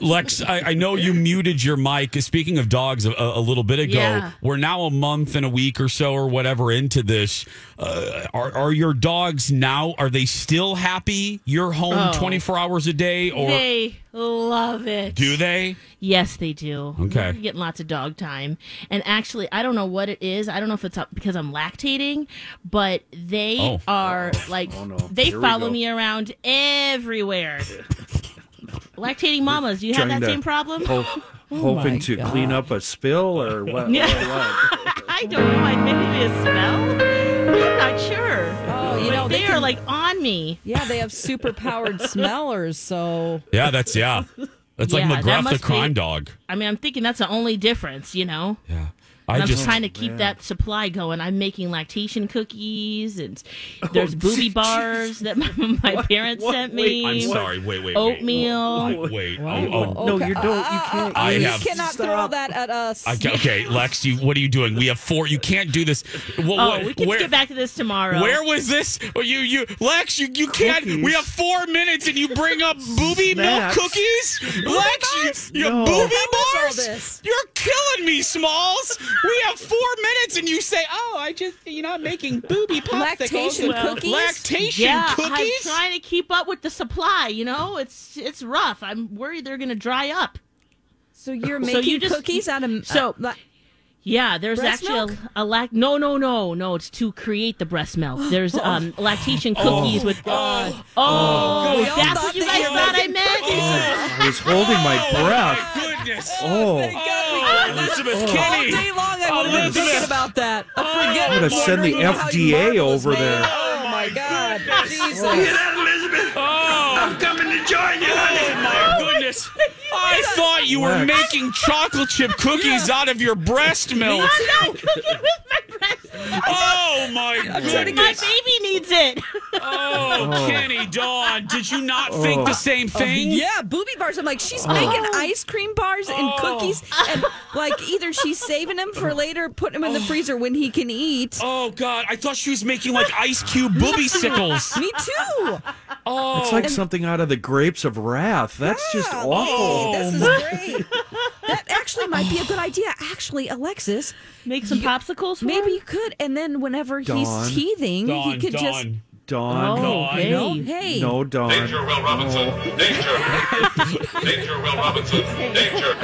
Lex, I, I know you muted your mic. Speaking of dogs, a, a little bit ago, Yeah. we're now a month and a week or so or whatever into this. Uh, are are your dogs now? Are they still happy? You're home Oh. twenty four hours a day, or they love it. do they? Yes, they do. Okay. You're getting lots of dog time. And actually, I don't know what it is. I don't know if it's up because I'm lactating, but they Oh. are like, they follow me around everywhere. lactating mamas, do you have Trying that to same problem? Hope, my hoping to clean up a spill or what? Yeah. what, what? I don't know. I Maybe a smell? I'm not sure. Oh, you But know, they, they are can- like on me. Yeah, they have super powered smellers, so Yeah, that's yeah. That's Yeah, like that McGruff the must be- crime dog. I mean, I'm thinking that's the only difference, you know? Yeah, And I I'm just just trying to keep that supply going. I'm making lactation cookies, and there's Oh, booby bars that my, my parents what? sent me. Wait, I'm sorry. Wait, wait, Oatmeal. Wait, wait. Wow. Oh, oh. Oh, No, Okay. you don't. You can't. I you have- cannot throw Stop. that at us. I, okay, Lex, you what are you doing? We have four. You can't do this. Well, Oh, what- we can where- get back to this tomorrow. Where was this? Oh, you, you, Lex, you, you can't. Cookies. We have four minutes, and you bring up booby milk Snacks. cookies. Lex, you, you No. booby was all bars. this? You're killing me, Smalls. We have four minutes, and you say, "Oh, I just, you know, I'm making booby popsicles." Lactation and cookies? Lactation yeah, I'm cookies. trying to keep up with the supply. You know, it's it's rough. I'm worried they're going to dry up. so you're So making you just- cookies out of so- uh, Yeah, there's Breast actually milk? a, a lac. No, no, no, no. It's to create the breast milk. There's um, Oh. lactation cookies with. Oh, We all that's thought what you that guys you were thought I making meant. I was holding my breath. Oh, my goodness. thank Oh, God we Oh, got that. Elizabeth all Kenny. day long I would have been Elizabeth. thinking about that. Oh. I forget. I'm gonna send the wondering how you FDA marvelous over man. there. Oh my God, Jesus! Oh, coming to join you, Oh my goodness! I thought you were Lex. making chocolate chip cookies out of your breast No, milk. no, cooking with my breast milk. Oh my trying to My goodness! baby needs it. Oh, Kenny Dawn, did you not Oh. think the same Uh, thing? Yeah, booby bars. I'm like, she's Oh. making ice cream bars and Oh. cookies, and like either she's saving them for later, putting them in the freezer when he can eat. Oh God, I thought she was making like ice cube booby sickles. Me too. Oh, it's like something out of the grapes of wrath. That's just Yeah, Oh. Oh. awful. This is great. That actually might be a good idea. Actually, Alexis, Make some popsicles. For maybe him? you could, and then whenever Dawn. he's teething, Dawn, he could Dawn. just Dawn. Oh, No, hey. no, hey, No, Dawn. Danger, Will Robinson. Danger. Danger, Will Robinson. Danger.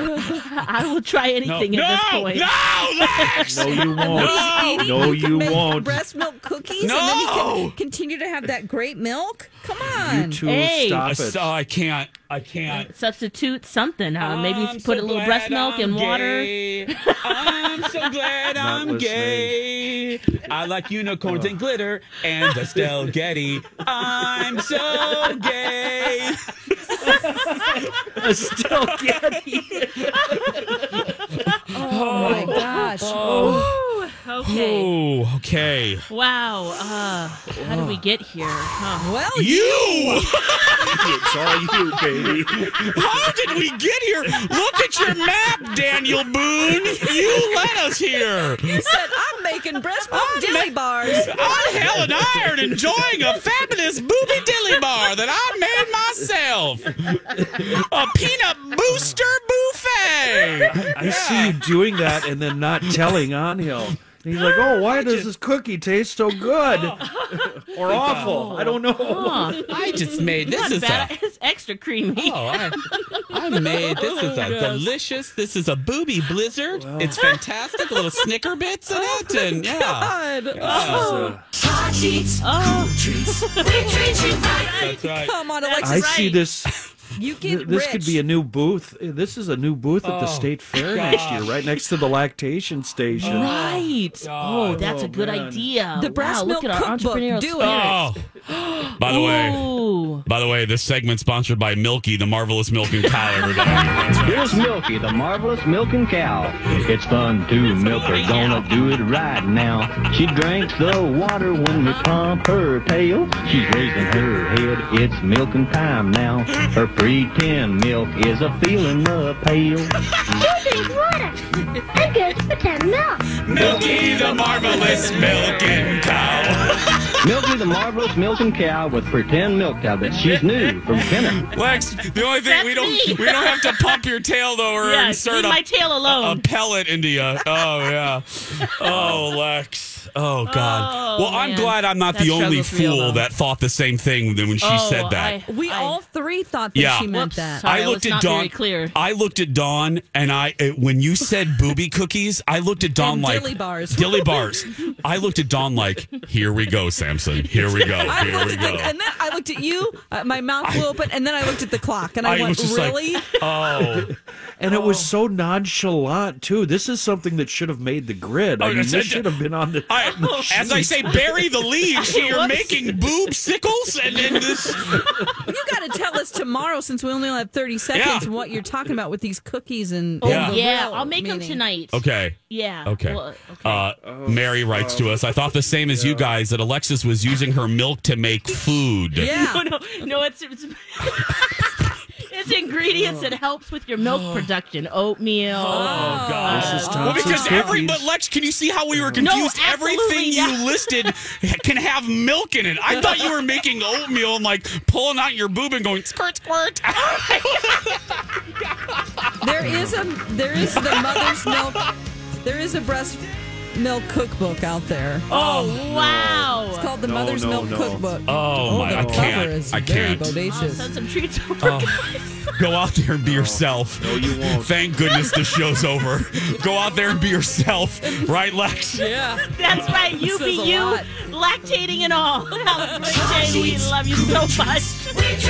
I will try No, anything at this no, point. no, Lex! No, you No. won't. Maybe No, we can you make won't. Breast milk cookies, and then he No. can continue to have that great milk. Come You on, two, Hey. I, stop s- it. oh, I can't. I can't. Substitute something. Huh? Uh, Maybe I'm put so a little glad breast milk I'm and water. gay. I'm so glad Not I'm gay. I like unicorns and glitter and Estelle Getty. I'm so gay. Still get Oh my gosh. Okay. Oh, okay. Wow. Uh, how did we get here? Huh. Well, You! It's all you, baby. How did we get here? Look at your map, Daniel Boone. You let us here. you said I'm making breast milk I'm dilly ma- bars. I'm Helen Iron enjoying a fabulous booby dilly bar that I made myself. A peanut booster buffet. I see you doing that and then not telling on him. And he's like, "Oh, why does this cookie taste so good?" or awful. I don't know. Huh. I just made this is a. Bad- it's extra creamy. Oh, I, I made this is a delicious. This is a booby blizzard. It's fantastic. Little snicker bits in it, and yeah, Uh, Oh. that's right. Come on, Alexis. I see this. You get Th- this rich. could be a new booth. This is a new booth at the state fair next year, right next to the lactation station. Right. oh, that's a good idea. The breast wow, milk look at our cookbook. entrepreneurial Do spirit. it. Oh, by the way, Ooh. by the way, this segment sponsored by Milky, the marvelous milk and cow. Everybody, That's right. Here's Milky, the marvelous milking cow. It's fun to milk her, gonna do it right now. She drinks the water when we pump her tail. She's raising her head, it's milking time now. Her pretend milk is a feeling of pale. Juicy water. I good pretend milk. Milky, the marvelous milk and cow. Milky, the marvelous milking cow with pretend milk cow that she's new from Kenner. Lex, the only thing we That's don't we me. don't have to pump your tail though, or Yeah, insert leave a, my tail a alone. pellet into you. Oh yeah. Oh Lex. Oh God. Oh, well, I'm man. glad I'm not That the only struggle's real, fool though. that thought the same thing than when she Oh, said that. I- we I- all three thought that Yeah. she meant Whoops, that. sorry. I I looked was at not Dawn. very clear. I looked at Dawn, and I uh, when you said booby cookies, I looked at Dawn And like dilly bars. Dilly bars. I looked at Dawn like, here we go, Samson. Here we go. I Here looked we at go. the, and then I looked at you. Uh, my mouth blew open, and then I looked at the clock, and I, I was went, just like- "Really? Oh, And it was so nonchalant too. This is something that should have made the grid. Oh, I mean, yes, I this did. should have been on the. Oh, I, as I say, bury the lead. So you're making boob sickles, and then this. you got to tell us tomorrow, since we only have thirty seconds, Yeah. what you're talking about with these cookies and Oh, and the yeah, real I'll make them meaning." tonight. Okay. Yeah. Okay. Well, okay. Uh, Mary writes to us. I thought the same as you guys that Alexis was using her milk to make food. no, Yeah, Oh, no, no, it's it's, it's ingredients that helps with your Oh. milk production, oatmeal. Oh God! This is well, because Thompson's every cookies. but Lex, can you see how we were confused? Everything absolutely you listed can have milk in it. I thought you were making oatmeal and like pulling out your boob and going squirt squirt. there is a there is the mother's milk. There is a breast milk cookbook out there. Oh, wow! Oh, It's called the No, Mother's no, Milk no. Cookbook. Oh, my! the I cover can't. is I very can't. I'll bodacious. send some treats over, Oh. guys. Go out there and be yourself. No, you won't. Thank goodness the show's over. Go out there and be yourself, right, Lex? Yeah. That's right, you says be a you, lot. lactating and all. Have a great day. We love you so much.